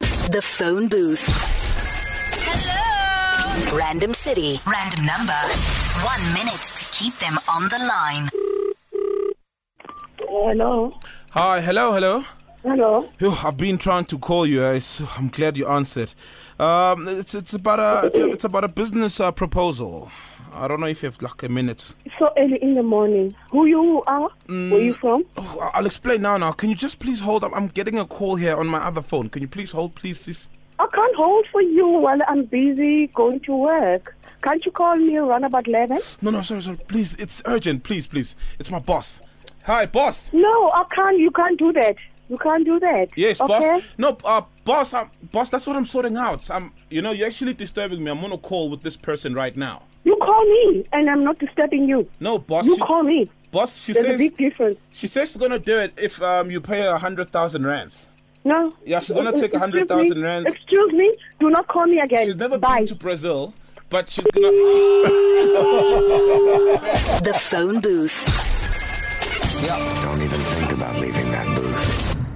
The phone booth. Hello. Random city. Random number. One minute to keep them on the line. Hello. Hi, hello, hello. Hello. Phew, I've been trying to call you. I, am glad you answered. Um, it's it's about a it's, a, it's about a business uh, proposal. I don't know if you have like a minute. It's so early in the morning. Who you are? Where you from? Oh, I- I'll explain now. Now, can you just please hold up? I'm getting a call here on my other phone. Can you please hold, please, sis? I can't hold for you while I'm busy going to work. Can't you call me around about 11? No, no, sorry, sorry. Please, it's urgent. Please, please. It's my boss. Hi, boss. No, I can't. You can't do that. You can't do that. Yes, okay? boss. No, uh, boss. i boss. That's what I'm sorting out. I'm. You know, you're actually disturbing me. I'm on a call with this person right now. You call me and I'm not disturbing you. No, boss. You she- call me. Boss, she There's says a big difference. She says she's gonna do it if um you pay her a hundred thousand rands. No. Yeah, she's gonna Uh, take excuse 100,000 me. rands. Excuse me. Do not call me again. She's never Bye. been to Brazil, but she's gonna. The phone booth. Don't even think about leaving that booth.